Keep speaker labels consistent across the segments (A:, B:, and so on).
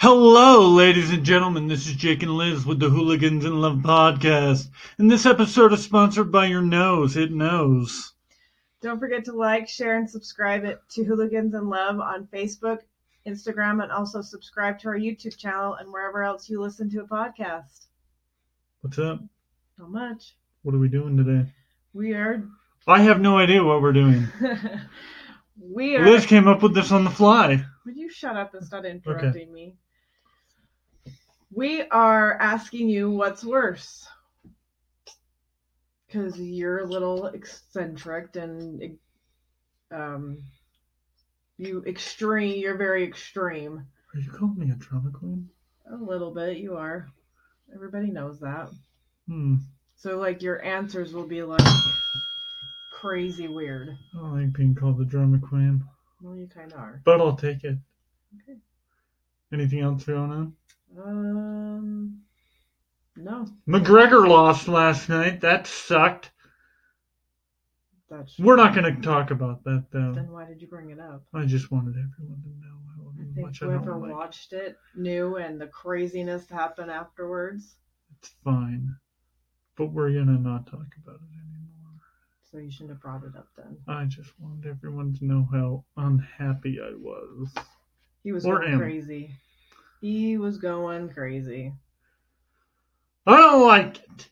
A: Hello, ladies and gentlemen. This is Jake and Liz with the Hooligans in Love podcast. And this episode is sponsored by your nose. It knows.
B: Don't forget to like, share, and subscribe it to Hooligans and Love on Facebook, Instagram, and also subscribe to our YouTube channel and wherever else you listen to a podcast.
A: What's up?
B: So much.
A: What are we doing today?
B: We are.
A: I have no idea what we're doing.
B: we are.
A: Liz came up with this on the fly.
B: Would you shut up and stop interrupting me? We are asking you what's worse. Because you're a little eccentric and um, you extreme. You're very extreme.
A: Are you calling me a drama queen?
B: A little bit, you are. Everybody knows that.
A: Hmm.
B: So, like, your answers will be like crazy weird.
A: I don't like being called a drama queen,
B: Well, you kind of are.
A: but I'll take it.
B: Okay.
A: Anything else going on?
B: Um, no,
A: McGregor lost last night. That sucked.
B: that's.
A: We're not going to talk about that, though.
B: Then why did you bring it up?
A: I just wanted everyone to know how
B: I think
A: much I don't
B: whoever
A: like.
B: watched it knew, and the craziness happened afterwards.
A: It's fine, but we're gonna not talk about it anymore.
B: So you shouldn't have brought it up then.
A: I just wanted everyone to know how unhappy I was.
B: He was
A: Or
B: going
A: him.
B: crazy. He was going crazy.
A: I don't like it.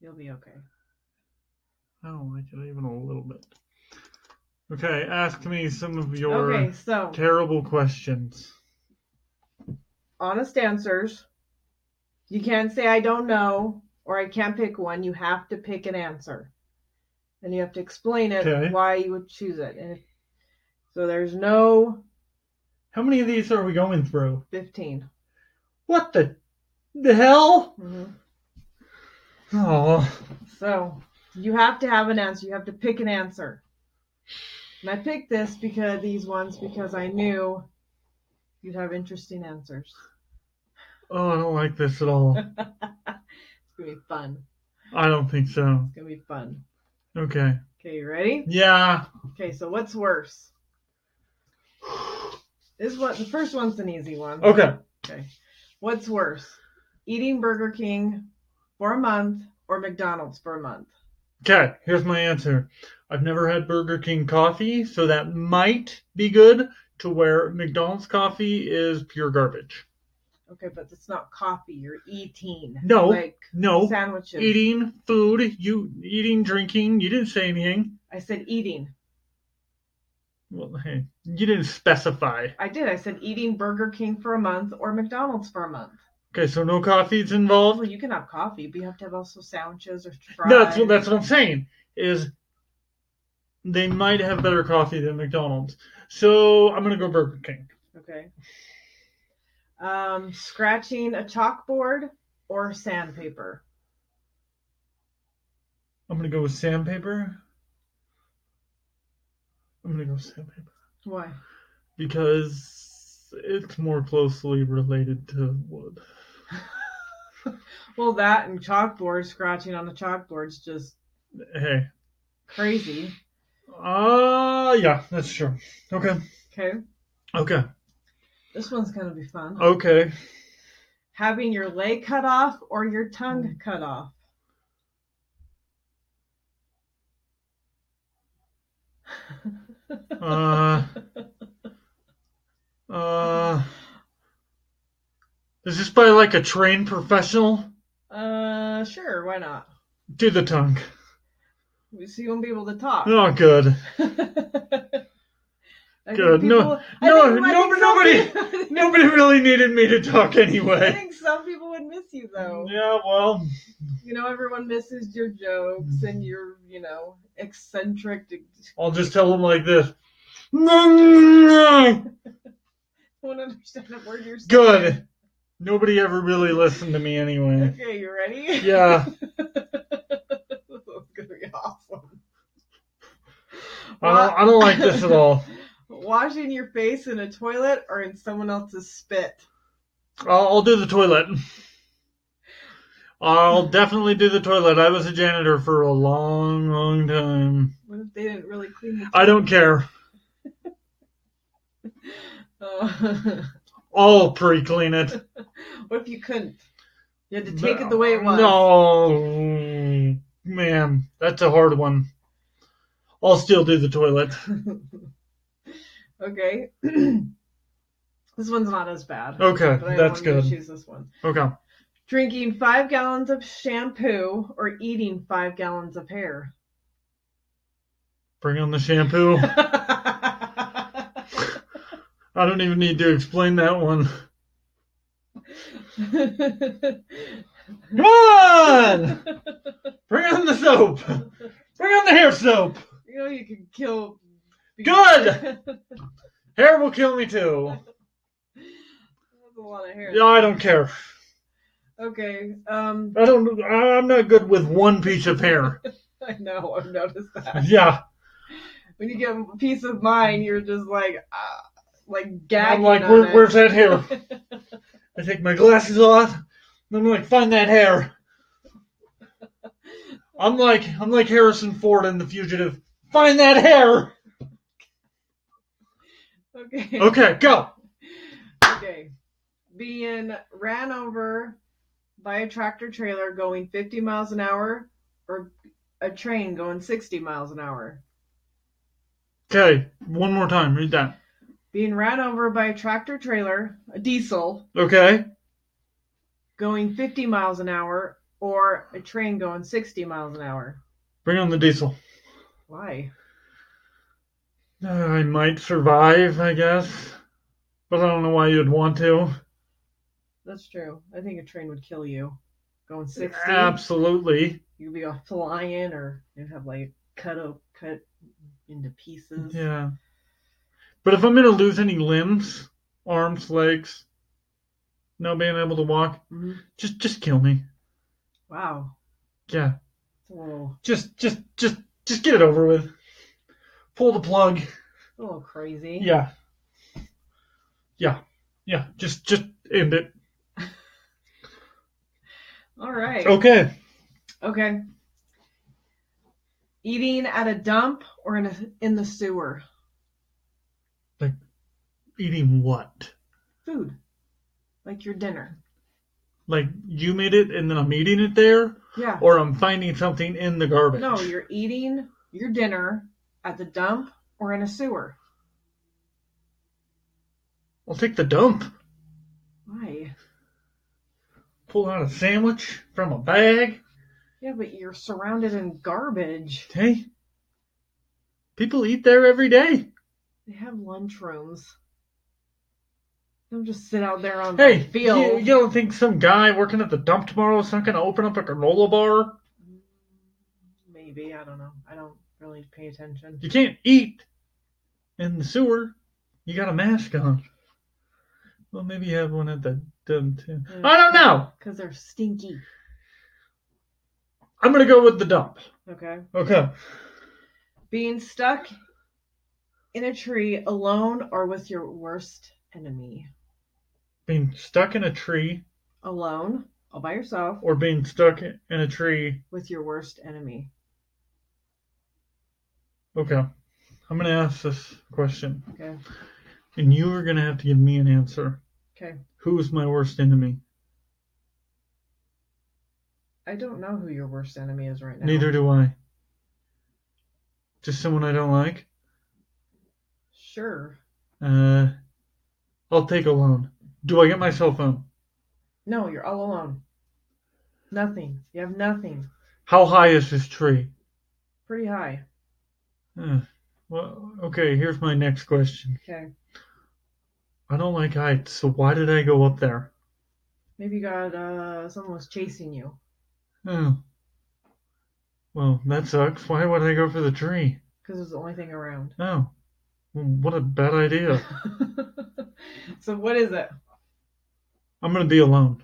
B: You'll be okay.
A: I don't like it even a little bit. Okay, ask me some of your
B: Okay, so
A: terrible questions.
B: honest answers. You can't say I don't know or I can't pick one. You have to pick an answer, and you have to explain it
A: Okay.
B: why you would choose it. And if, so there's no
A: How many of these are we going through?
B: 15
A: What the the hell?
B: hmm
A: Oh,
B: So you have to have an answer. You have to pick an answer. And I picked this because these ones because I knew you'd have interesting answers.
A: oh, I don't like this at all.
B: It's gonna be fun.
A: I don't think so.
B: It's gonna be fun.
A: Okay.
B: Okay, you ready?
A: Yeah.
B: Okay, so what's worse? This one, the first one's an easy one.
A: Okay.
B: Okay. What's worse, eating Burger King for a month or McDonald's for a month?
A: Okay, here's my answer. I've never had Burger King coffee, so that might be good to where McDonald's coffee is pure garbage.
B: Okay, but it's not coffee. You're eating.
A: No,
B: like
A: No,
B: sandwiches.
A: eating food, you eating, drinking, you didn't say anything.
B: I said eating.
A: Well, hey, you didn't specify.
B: I did. I said eating Burger King for a month or McDonald's for a month.
A: Okay, so no coffee's
B: Well,
A: involved.
B: you can have coffee, but you have to have also sandwiches or fries.
A: No, that's what that's what I'm saying is they might have better coffee than McDonald's. So I'm gonna go Burger King.
B: Okay. Um, scratching a chalkboard or sandpaper.
A: I'm gonna go with sandpaper. I'm gonna go with sandpaper.
B: Why?
A: because it's more closely related to wood.
B: Well, that and chalkboard scratching on the chalkboard's just
A: Hey,
B: crazy.
A: ah, uh, yeah, that's true. Okay,
B: Okay.
A: okay,
B: This one's gonna be fun.
A: okay.
B: Having your leg cut off or your tongue cut off.
A: Uh, uh, is this by like a trained professional?
B: Uh, sure. Why not?
A: Do the tongue.
B: So you won't be able to talk.
A: Oh, good.
B: I think
A: Good. No-
B: people- I
A: no,
B: think- I
A: no-
B: think some people-
A: Nobody really needed me to talk
B: I
A: anyway.
B: think some people would miss you though.
A: Yeah, well,
B: You know, everyone misses your jokes and your, you know, eccentric.
A: I'll just tell them like this.
B: Don't understand a word you're saying.
A: Good. Nobody ever really listened to me anyway.
B: Okay, you ready?
A: Yeah.
B: this is gonna be awesome.
A: I don't, Uh, I don't like this at all.
B: Washing your face in a toilet or in someone else's spit.
A: I'll, I'll do the toilet. I'll definitely do the toilet. I was a janitor for a long, long time.
B: What if they didn't really clean the
A: I don't care.
B: toilet?
A: I'll pre clean it.
B: What if you couldn't? You had to take it the way it was.
A: No, ma'am, that's a hard one. I'll still do the toilet.
B: okay. this one's not as bad.
A: Okay,
B: but I
A: that's
B: want you to
A: good.
B: choose this one.
A: Okay.
B: Drinking five gallons of shampoo or eating five gallons of hair.
A: Bring on the shampoo. I don't even need to explain that one. Come on! Bring on the soap! Bring on the hair soap!
B: You know you can kill.
A: Good! Hair will kill me too.
B: That's a lot of hair.
A: Yeah, I don't care.
B: Okay. Um.
A: I don't. I- I'm not good with one piece of hair.
B: I know. I've noticed that.
A: Yeah,
B: When you get a piece of mind, you're just like, uh, like
A: I'm
B: gagging.
A: like,
B: on
A: Where,
B: it.
A: where's that hair? I take my glasses off, and I'm like, find that hair. I'm like, I'm like Harrison Ford in The Fugitive. Find that hair.
B: Okay.
A: Okay, go.
B: Okay. Being ran over by a tractor trailer going 50 miles an hour or a train going 60 miles an hour.
A: Okay, one more time. Read that.
B: Being ran over by a tractor trailer, a diesel,
A: Okay.
B: going 50 miles an hour or a train going 60 miles an hour.
A: Bring on the diesel.
B: Why?
A: Uh, I might survive, I guess, but I don't know why you'd want to.
B: That's true. I think a train would kill you. Going 60,
A: Absolutely.
B: you'd be off flying or you'd have like cut up, cut into pieces.
A: Yeah. But if I'm going to lose any limbs, arms, legs, no being able to walk,
B: Mhm.
A: just just kill me.
B: Wow.
A: Yeah.
B: It's a little,
A: Just just just just get it over with. Pull the plug.
B: a little crazy.
A: Yeah. Yeah. Yeah. Just just end it.
B: All right.
A: Okay.
B: Okay. Eating at a dump or in a, in the sewer?
A: Eating what?
B: Food. Like your dinner.
A: Like you made it and then I'm eating it there
B: Yeah.
A: or I'm finding something in the garbage.
B: No, you're eating your dinner at the dump or in a sewer.
A: I'll take the dump.
B: Why?
A: Pull out a sandwich from a bag.
B: Yeah, but you're surrounded in garbage.
A: Hey. People eat there every day.
B: They have lunchrooms. Don't just sit out there on
A: Hey,
B: the field.
A: You, you don't think some guy working at the dump tomorrow is not going to open up a granola bar?
B: Maybe I don't know. I don't really pay attention.
A: You can't eat in the sewer. You got a mask on. Well, maybe you have one at the dump too.
B: Hmm.
A: I don't know.
B: Cause they're stinky.
A: I'm going to go with the dump.
B: Okay.
A: Okay.
B: being stuck in a tree alone or with your worst enemy
A: Being stuck in a tree
B: alone all by yourself
A: or being stuck in a tree.
B: with your worst enemy
A: Okay. I'm going to ask this question.
B: okay
A: And you are going to have to give me an answer.
B: okay
A: Who is my worst enemy?
B: i don't know who your worst enemy is right now
A: Neither do I. Just someone I don't like?
B: sure
A: Uh, I'll take a loan. Do I get my cell phone?
B: no you're all alone nothing you have nothing
A: How high is this tree?
B: pretty high
A: Uh, well, okay, here's my next question.
B: okay
A: I don't like heights, so why did I go up there?
B: maybe you got uh someone was chasing you
A: Oh. Well, that sucks. Why would I go for the tree?
B: because it's the only thing around
A: Oh. Well, what a bad idea.
B: so what is it
A: I'm gonna be alone.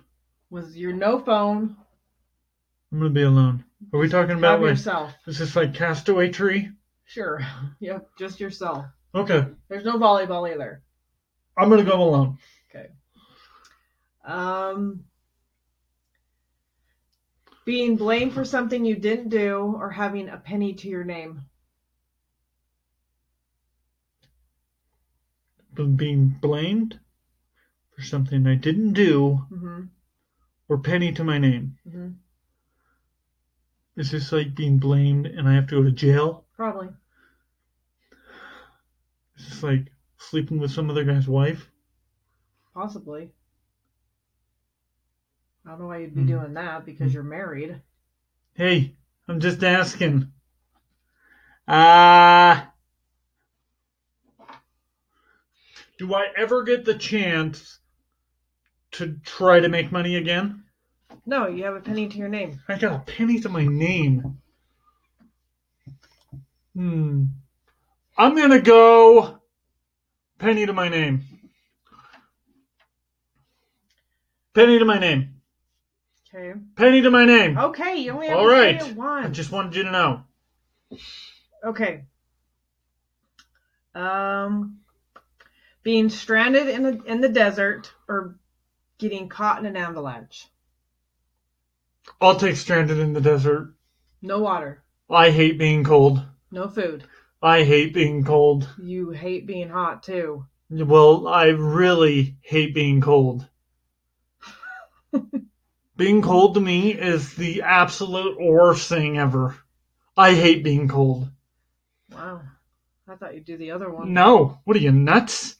B: was your no phone
A: I'm gonna be alone. Are we talking about
B: have
A: like
B: yourself
A: is this like castaway tree?
B: sure yep just yourself
A: Okay.
B: There's no volleyball either.
A: I'm gonna go alone.
B: Um, being blamed for something you didn't do or having a penny to your name.
A: Being blamed for something I didn't do
B: Mm-hmm.
A: or penny to my name.
B: Mm-hmm.
A: Is this like being blamed and I have to go to jail?
B: Probably.
A: Is this like sleeping with some other guy's wife?
B: Possibly. I don't know why you'd be
A: Mhm.
B: doing that because you're married.
A: Hey, I'm just asking. Ah. do I ever get the chance to try to make money again?
B: No, you have a penny to your name.
A: I got a penny to my name. Hmm. I'm gonna go penny to my name. Penny to my name.
B: Okay.
A: Penny to my name.
B: Okay, you only have
A: All
B: to
A: right.
B: say it
A: I
B: once.
A: just wanted you to know.
B: Okay. Um, being stranded in the in the desert or getting caught in an avalanche.
A: I'll take stranded in the desert.
B: No water.
A: I hate being cold.
B: No food.
A: I hate being cold.
B: You hate being hot too.
A: Well, I really hate being cold. being cold to me is the absolute worst thing ever. I hate being cold.
B: Wow. I thought you'd do the other one.
A: No, what are you nuts?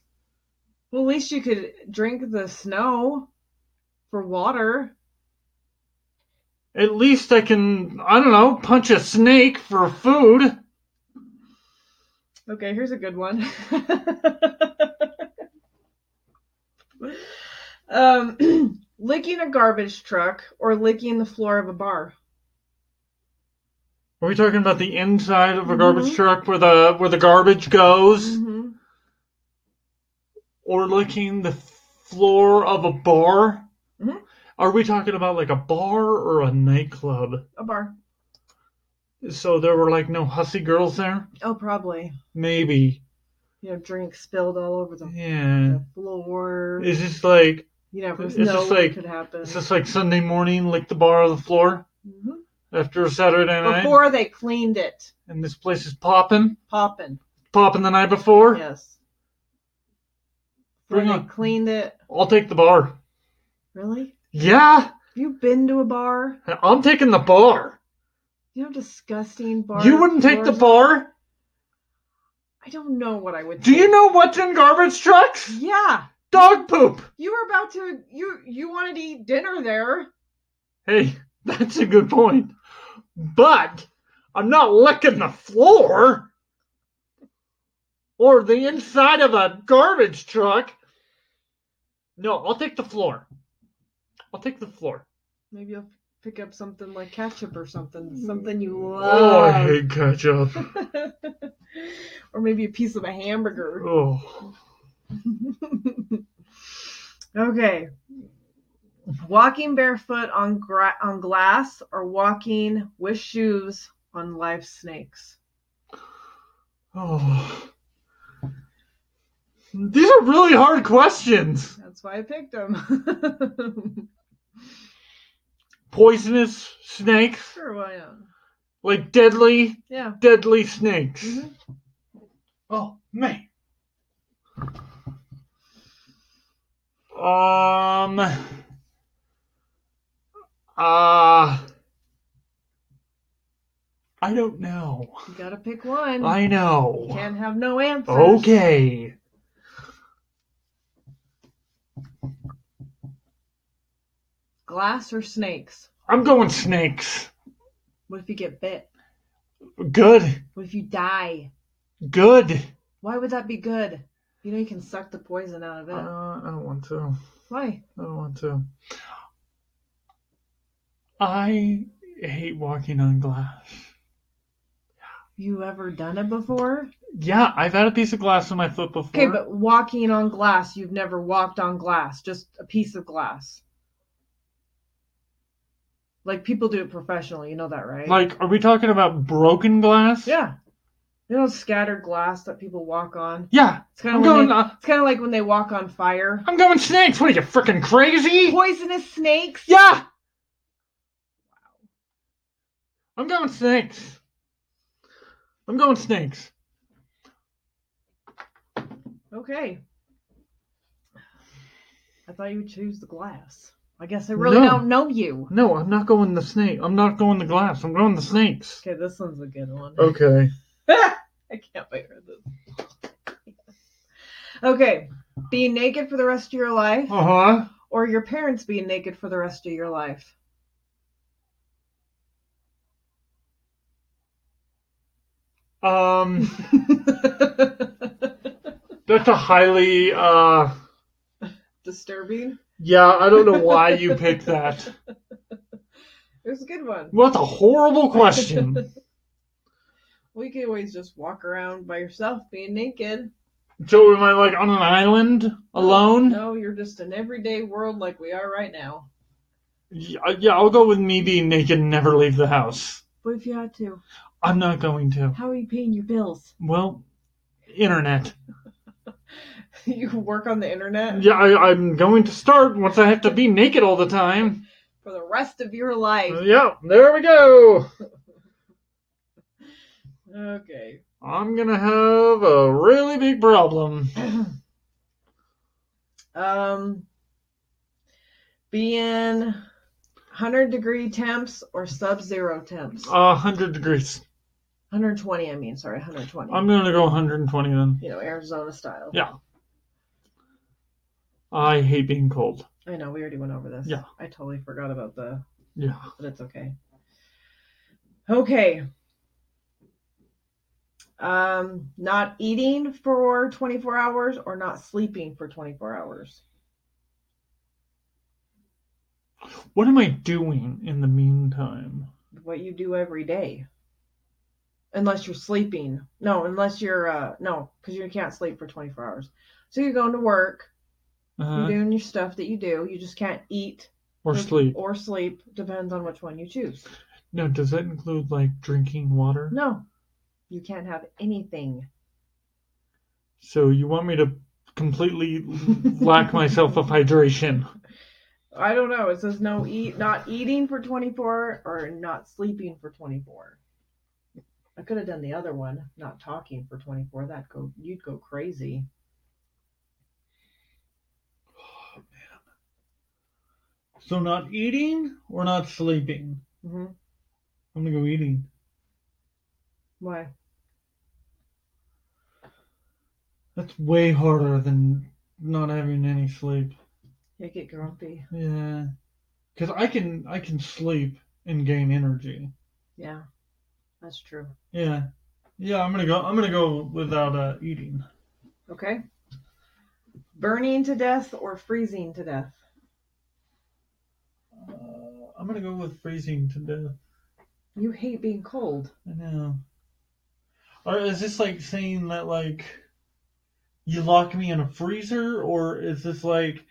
B: Well, at least you could drink the snow for water.
A: At least I can, I don't know, punch a snake for food.
B: Okay, here's a good one. um, licking a garbage truck or licking the floor of a bar.
A: Are we talking about the inside of a garbage
B: Mhm.
A: truck where the where the garbage goes,
B: hmm
A: or licking the floor of a bar?
B: Mhm.
A: Are we talking about like a bar or a nightclub?
B: A bar.
A: So there were like no hussy girls there?
B: Oh, probably.
A: Maybe.
B: You know, drinks spilled all over the,
A: Yeah.
B: the floor.
A: Is this like
B: you never
A: Mm-hmm. it's
B: know
A: just
B: what
A: like-
B: could happen.
A: is this like Sunday morning lick the bar of the floor
B: Mhm.
A: after a Saturday night?
B: Before they cleaned it,
A: And this place is popping?
B: popping.
A: Popping the night before?
B: Yes.
A: Bring
B: Before they
A: on-
B: cleaned it.
A: I'll take the bar.
B: Really?
A: Yeah.
B: You been to a bar?
A: I'm taking the bar.
B: You know, how disgusting bar.
A: you wouldn't take the
B: floors-
A: bar?
B: I don't know what I would.
A: Do you
B: take.
A: know what's in garbage trucks?
B: Yeah,
A: Dog poop.
B: you were about to. You you wanted to eat dinner there.
A: Hey, that's a good point. But I'm not licking the floor or the inside of a garbage truck. No, I'll take the floor. I'll take the floor.
B: Maybe you'll pick up something like ketchup or something, something you
A: Oh, I
B: love,
A: hate ketchup.
B: or maybe a piece of a hamburger.
A: Oh,
B: okay. Walking barefoot on gra- on glass or walking with shoes on live snakes.
A: oh. These are really hard questions.
B: That's why I picked them.
A: Poisonous snakes,
B: sure, why not?
A: like deadly,
B: Yeah.
A: deadly snakes.
B: hmm
A: Oh man. Um. Uh, I don't know.
B: You gotta pick one.
A: I
B: You
A: know.
B: can't have no answers.
A: Okay.
B: Glass or snakes?
A: I'm going snakes.
B: What if you get bit?
A: Good.
B: What if you die?
A: Good.
B: Why would that be good? You know you can suck the poison out of it.
A: Uh, I don't want to.
B: Why?
A: I don't want to. I hate walking on glass.
B: You ever done it before?
A: Yeah, I've had a piece of glass on my foot before.
B: Okay, but walking on glass, you've never walked on glass, just a piece of glass. Like people do it professionally, you know that, right?
A: Like, are we talking about broken glass?
B: yeah. You know scattered glass that people walk on?
A: Yeah.
B: It's kind
A: I'm
B: of when
A: going.
B: they,
A: Uh,
B: it's kind of like when they walk on fire.
A: I'm going snakes. What are you freaking crazy?
B: Poisonous snakes?
A: Yeah. I'm going snakes. I'm going snakes.
B: Okay. I thought you would choose the glass. I guess I really
A: No.
B: don't know you.
A: No, I'm not going the snake. I'm not going the glass. I'm going the snakes.
B: Okay, this one's a good one.
A: Okay.
B: I can't wait for this. Okay, being naked for the rest of your life,
A: Uh huh.
B: or your parents being naked for the rest of your life.
A: Um, that's a highly uh.
B: Disturbing.
A: Yeah, I don't know why you picked that.
B: It was a good one.
A: What a horrible question.
B: We could always just walk around by yourself being naked.
A: So am I like on an island alone?
B: No, you're just an everyday world like we are right now.
A: Yeah, uh, yeah, I'll go with me being naked and never leave the house.
B: What if you had to?
A: I'm not going to.
B: How are you paying your bills?
A: Well, internet.
B: you work on the internet
A: Yeah, I, I'm going to start once I have to be naked all the time.
B: for the rest of your life.
A: Yeah, there we go.
B: Okay.
A: I'm gonna have a really big problem.
B: Um, being 100 degree temps or sub zero temps?
A: A hundred degrees.
B: 120, I mean, sorry, 120.
A: I'm gonna go 120 then.
B: you know, Arizona style.
A: Yeah. I hate being cold.
B: I know, we already went over this.
A: Yeah.
B: I totally forgot about the,
A: Yeah.
B: but it's okay. Okay. Um, not eating for 24 hours or not sleeping for 24 hours?
A: What am I doing in the meantime?
B: what you do every day. Unless you're sleeping. No, unless you're uh no, because you can't sleep for 24 hours. So you're going to work,
A: Uh,
B: you're doing your stuff that you do. You just can't eat
A: or sleep?
B: Or sleep depends on which one you choose.
A: No, does that include like drinking water?
B: No, you can't have anything.
A: So you want me to completely lack myself of hydration?
B: I don't know. It says no eat, not eating for 24 or not sleeping for 24. I could have done the other one, not talking for 24. That go you'd go crazy.
A: So not eating or not sleeping?
B: hmm
A: I'm gonna go eating.
B: Why?
A: That's way harder than not having any sleep.
B: You get grumpy.
A: Yeah, because I can I can sleep and gain energy.
B: Yeah, that's true.
A: Yeah, yeah. I'm gonna go. I'm gonna go without uh, eating.
B: Okay. Burning to death or freezing to death?
A: Uh, I'm gonna go with freezing to death.
B: You hate being cold.
A: I know. Or is this like saying that like you lock me in a freezer, or is this like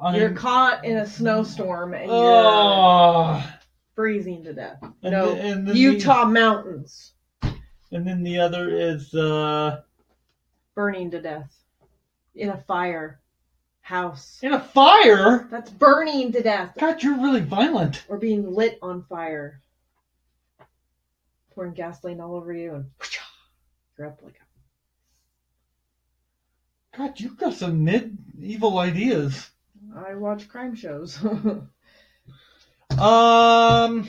A: I'm
B: You're caught in a snowstorm and you're
A: oh,
B: freezing to death.
A: and
B: no,
A: the- and then
B: Utah mountains
A: The, and then the other is uh,
B: burning to death in a fire house.
A: in a fire.
B: That's burning to death
A: God, you're really violent.
B: or being lit on fire. Pouring gasoline all over you and you're up like
A: God, you've got some medieval ideas.
B: I watch crime shows.
A: Um,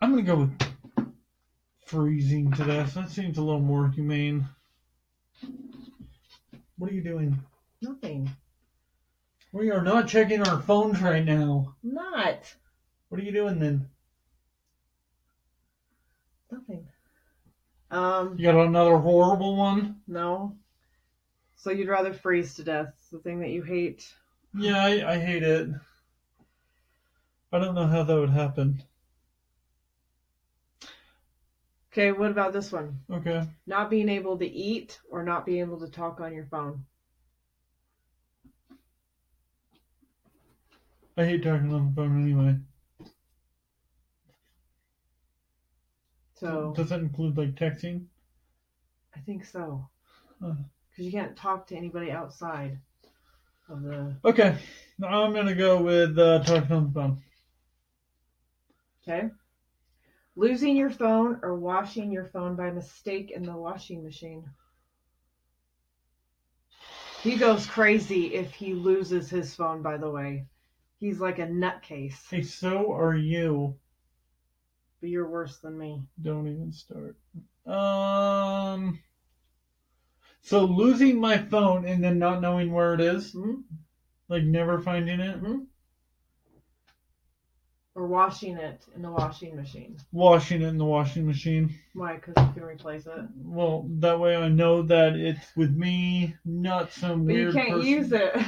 A: I'm gonna go with freezing to death. That seems a little more humane. What are you doing?
B: Nothing.
A: We are not checking our phones right now.
B: Not.
A: What are you doing then?
B: Nothing. Um,
A: You got another horrible one?
B: no. So you'd rather freeze to death, the thing that you hate.
A: Yeah, I, I hate it. I don't know how that would happen.
B: Okay, what about this one?
A: Okay.
B: Not being able to eat or not being able to talk on your phone.
A: I hate talking on the phone anyway.
B: So
A: Does that include like texting?
B: I think so.
A: Uh.
B: Because you can't talk to anybody outside of the.
A: Okay. Now I'm gonna go with uh, talking on the phone.
B: Okay. Losing your phone or washing your phone by mistake in the washing machine. He goes crazy if he loses his phone, by the way. He's like a nutcase.
A: Hey, so are you.
B: But you're worse than me.
A: Don't even start. Um. So losing my phone and then not knowing where it is,
B: Mhm.
A: like never finding it.
B: Mm-hmm. Or washing it in the washing machine.
A: Washing it in the washing machine.
B: Why? Because you can replace it.
A: Well, that way I know that it's with me, not some
B: But you
A: weird.
B: can't
A: person.
B: use it.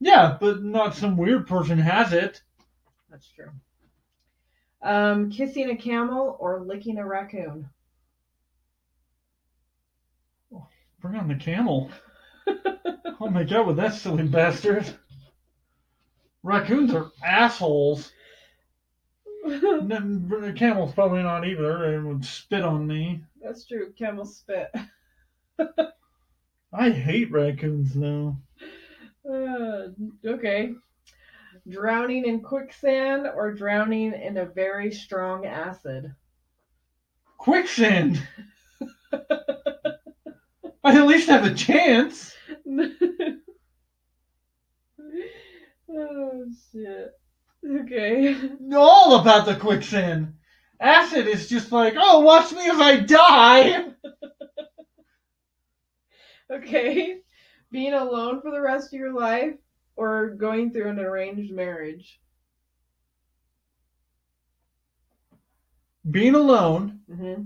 A: Yeah, but not some weird person has it.
B: That's true. Um, kissing a camel or licking a raccoon.
A: Bring on the camel. oh my god, with that silly bastard. Raccoons are assholes. N- The camel's probably not either. It would spit on me.
B: That's true. Camel spit.
A: I hate raccoons though.
B: Uh, okay. Drowning in quicksand or drowning in a very strong acid.
A: Quicksand. I at least have a chance.
B: oh shit. Okay.
A: All about the quicksand. Acid is just like, oh, watch me as I die.
B: Okay. Being alone for the rest of your life or going through an arranged marriage.
A: Being alone
B: Mm-hmm.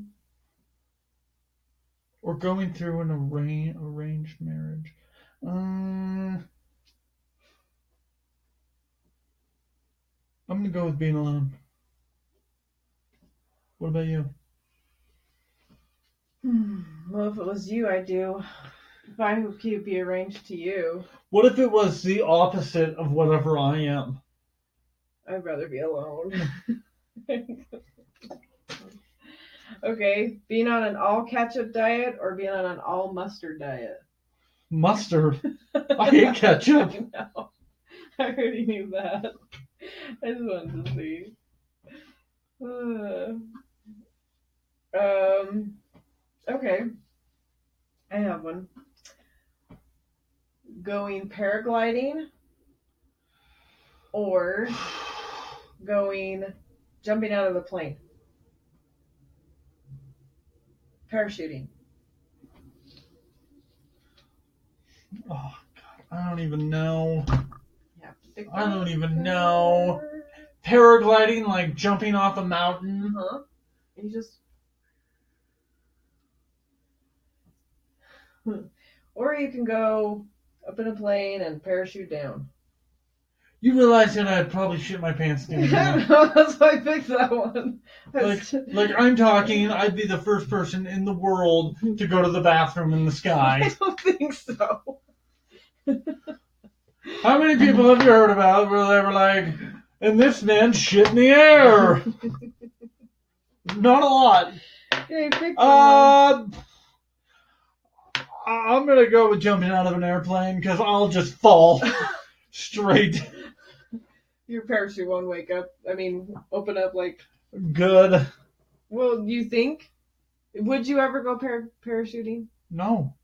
A: or going through an arra- arranged marriage. Um, I'm gonna go with being alone. What about you?
B: Well, if it was you, I do. If I would keep be arranged to you,
A: What if it was the opposite of whatever I am?
B: I'd rather be alone. okay, being on an all ketchup diet or being on an all mustard diet.
A: Mustard. I hate ketchup.
B: I know. I already knew that. I just wanted to see. Uh, um, okay. I have one. Going paragliding or going jumping out of the plane. Parachuting.
A: Oh god, I don't even know.
B: Yeah. stick
A: I don't
B: that.
A: even know. Paragliding, like jumping off a mountain.
B: Huh? You Uh-huh. just. Hmm. or you can go up in a plane and parachute down.
A: You realize that I'd probably shit my pants doing that.
B: That's why I picked that one.
A: Like,
B: That's-
A: like I'm talking, I'd be the first person in the world to go to the bathroom in the
B: I
A: sky.
B: don't think so.
A: How many people have you heard about where they were like, and this man shit in the air? Not a lot.
B: Yeah, you picked that
A: Uh, I- I'm gonna go with jumping out of an airplane because I'll just fall straight.
B: Your parachute won't wake up. I mean, open up like.
A: Good.
B: Well, you think? Would you ever go par- parachuting?
A: No,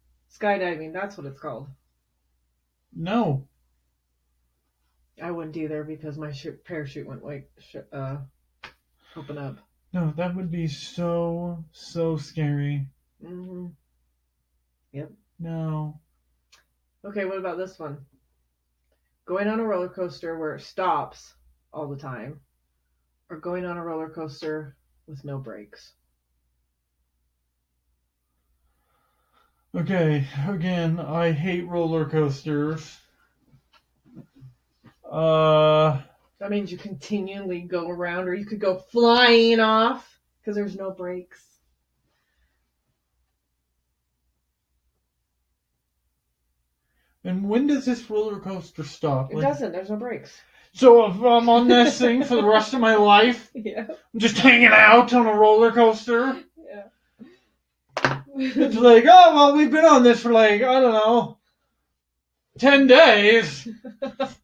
B: Skydiving, that's what it's called.
A: no.
B: I wouldn't either because my shoot parachute went like sh- uh, open up.
A: No, that would be so, so scary.
B: hmm
A: No.
B: Okay, what about this one? Going on a roller coaster where it stops all the time, or going on a roller coaster with no brakes?
A: Okay, again, I hate roller coasters. Uh,
B: That means you continually go around, or you could go flying off because there's no brakes.
A: and when does this roller coaster stop?
B: It
A: Like-
B: doesn't. There's no brakes.
A: So if I'm on this thing for the rest of my life,
B: Yeah.
A: I'm just hanging out on a roller coaster.
B: Yeah.
A: It's like, oh well, we've been on this for like I don't know, ten days.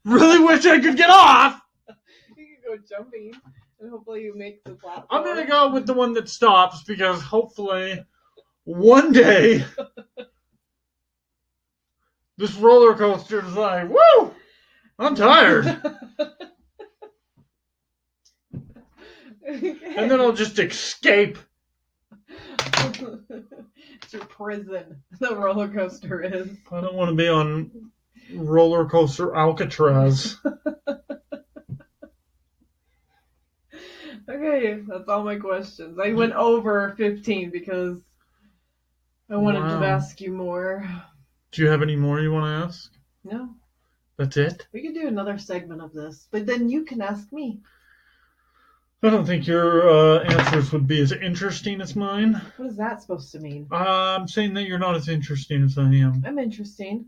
A: really wish I could get off.
B: you could go jumping, and hopefully you make the platform.
A: I'm gonna go with the one that stops because hopefully one day This roller coaster is like, woo! I'm tired. and then I'll just escape.
B: it's your prison. The roller coaster is.
A: I don't want to be on roller coaster Alcatraz.
B: Okay, that's all my questions. I went over 15 because I wanted
A: Wow.
B: to ask you more.
A: Do you have any more you want to ask?
B: No,
A: That's it?
B: we could do another segment of this, but then you can ask me.
A: I don't think your uh, answers would be as interesting as mine.
B: What is that supposed to mean?
A: I'm saying that you're not as interesting as I am.
B: I'm interesting.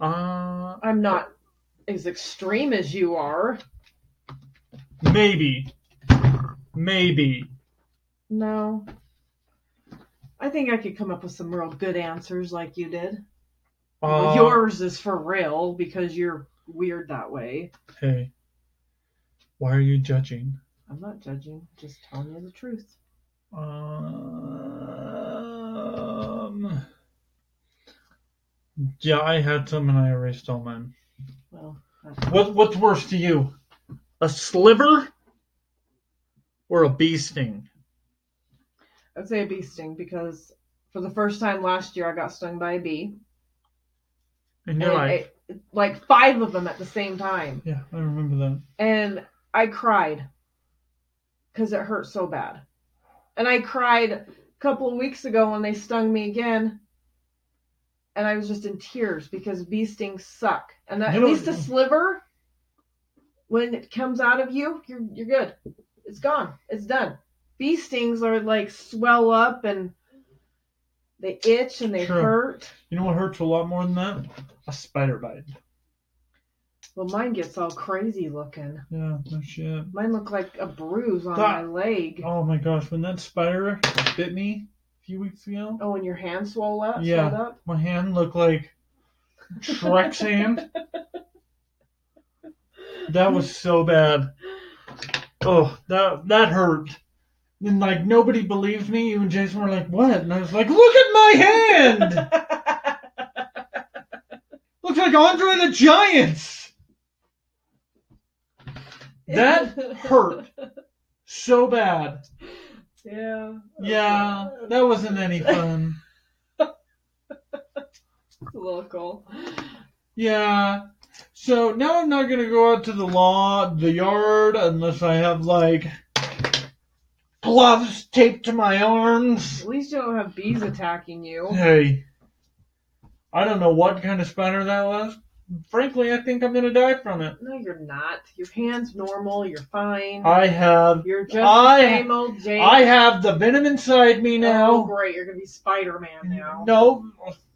A: Uh,
B: I'm not as extreme as you are.
A: maybe. Maybe.
B: No. I think I could come up with some real good answers like you did. Well,
A: Uh,
B: yours is for real because you're weird that way.
A: Hey. Why are you judging?
B: I'm not judging, just telling you the truth.
A: Um, yeah, I had some and I erased all mine.
B: Well,
A: What What's worse to you, a sliver or a bee sting?
B: I'd say a bee sting because for the first time last year I got stung by a bee.
A: And you're
B: And
A: like,
B: it- it- like five of them at the same time.
A: yeah, I remember that.
B: And I cried because it hurt so bad. And I cried a couple of weeks ago when they stung me again. And I was just in tears because bee stings suck. And that,
A: You
B: at
A: know-
B: least a sliver, when it comes out of you, you're, you're good. It's gone. It's done. Bee stings are like swell up and they itch and they
A: True.
B: hurt.
A: You know what hurts a lot more than that? A spider bite.
B: Well, mine gets all crazy looking.
A: Yeah, no shit.
B: Mine looked like a bruise on
A: That-
B: my leg.
A: Oh my gosh, when that spider bit me a few weeks ago,
B: Oh, and your hand swole up?
A: Yeah.
B: swelled up?
A: my hand looked like Shrek's hand. That was so bad. Oh, that that hurt. And like nobody believed me. You and Jason were like, "What?" And I was like, "Look at my hand. Looks like Andre the Giant's." That hurt so bad.
B: Yeah.
A: Yeah, that wasn't any fun.
B: It's Local.
A: Yeah. So now I'm not gonna go out to the lawn, the yard, unless I have like gloves taped to my arms.
B: At least you don't have bees attacking you.
A: Hey, I don't know what kind of spider that was. Frankly, I think I'm gonna die from it.
B: No, you're not. Your hand's normal. You're fine.
A: I have,
B: you're just
A: I-
B: the same old Jake.
A: I have the venom inside me
B: Oh,
A: now.
B: great. You're going to be Spider Man now.
A: No,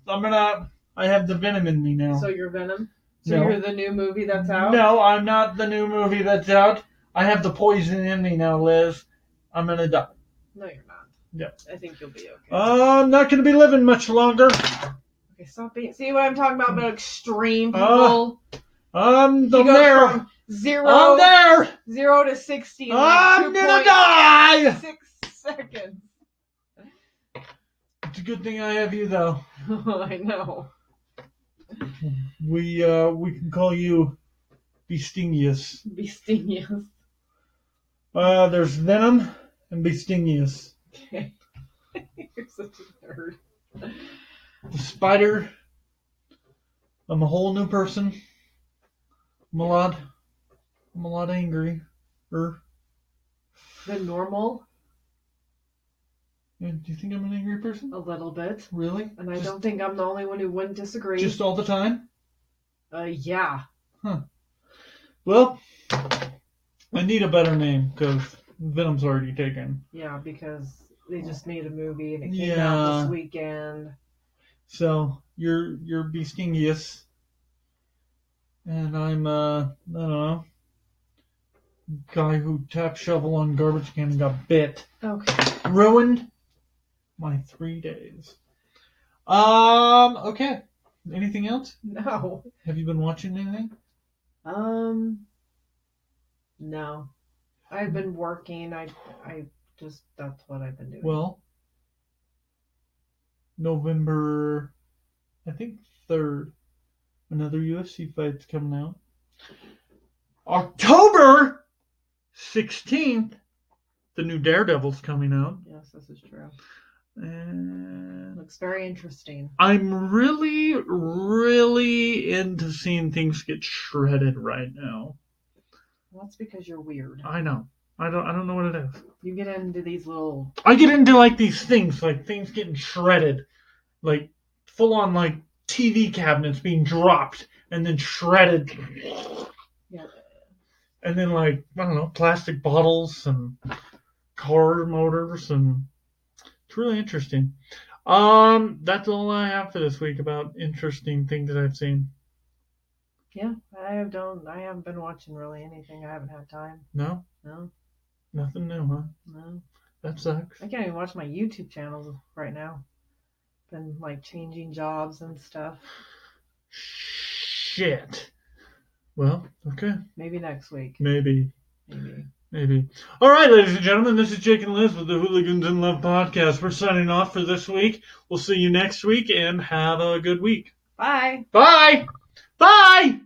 A: I'm gonna. I have the venom in me now.
B: So you're Venom? So
A: No.
B: you're the new movie that's out?
A: No, I'm not the new movie that's out. I have the poison in me now, Liz. I'm gonna die.
B: No, you're not.
A: No. Uh.
B: I think you'll be okay.
A: I'm not going to be living much longer.
B: okay, stop being. See what I'm talking about? About extreme
A: Oh.
B: people.
A: I'm the
B: You go
A: mayor.
B: from zero-
A: I'm there.
B: zero to 60 in
A: I'm
B: like
A: going to die.
B: 2.6 seconds.
A: It's a good thing I have you, though.
B: I know.
A: We uh, we can call you Bestingius.
B: Bestingious.
A: Uh, there's Venom and Bestingius.
B: Okay. You're such a nerd.
A: The spider. I'm a whole new person. I'm a lot. I'm a lot angry. Er,
B: The normal,
A: yeah, do you think I'm an angry person?
B: a little bit.
A: Really?
B: And I
A: just,
B: don't think I'm the only one who wouldn't disagree.
A: Just all the time.
B: uh, yeah.
A: Well, I need a better name because Venom's already taken.
B: Yeah, because they just made a movie and it came out
A: Yeah.
B: this weekend.
A: So you're you're Beastingius, and I'm uh I don't know guy who tap shovel on garbage can and got bit
B: Okay.
A: ruined my three days. Um. Okay. Anything else?
B: No.
A: Have you been watching anything?
B: Um. No. I've been working. I. I just. That's what I've been doing.
A: Well, November, I think 3rd. Another UFC fight's coming out. October 16th, the new Daredevil's coming out.
B: Yes, this is true.
A: And
B: Looks very interesting.
A: I'm really, really into seeing things get shredded right now.
B: Well, that's because you're weird.
A: I know. I don't. I don't know what it is.
B: You get into these little
A: I get into like these things, like things getting shredded, like full on like TV cabinets being dropped and then shredded,
B: yeah,
A: and then like I don't know, plastic bottles and car motors, and it's really interesting. Um, that's all I have for this week about interesting things that I've seen.
B: yeah. I have don't. I haven't been watching really anything. I haven't had time.
A: No,
B: No,
A: nothing new, huh?
B: no.
A: That sucks.
B: I can't even watch my YouTube channels right now. Been like changing jobs and stuff.
A: Shit. Well, okay,
B: Maybe next week.
A: maybe.
B: Maybe.
A: Maybe. Mm-hmm. All right, ladies and gentlemen, this is Jake and Liz with the Hooligans in Love podcast. We're signing off for this week. We'll see you next week and have a good week.
B: Bye.
A: Bye. Bye.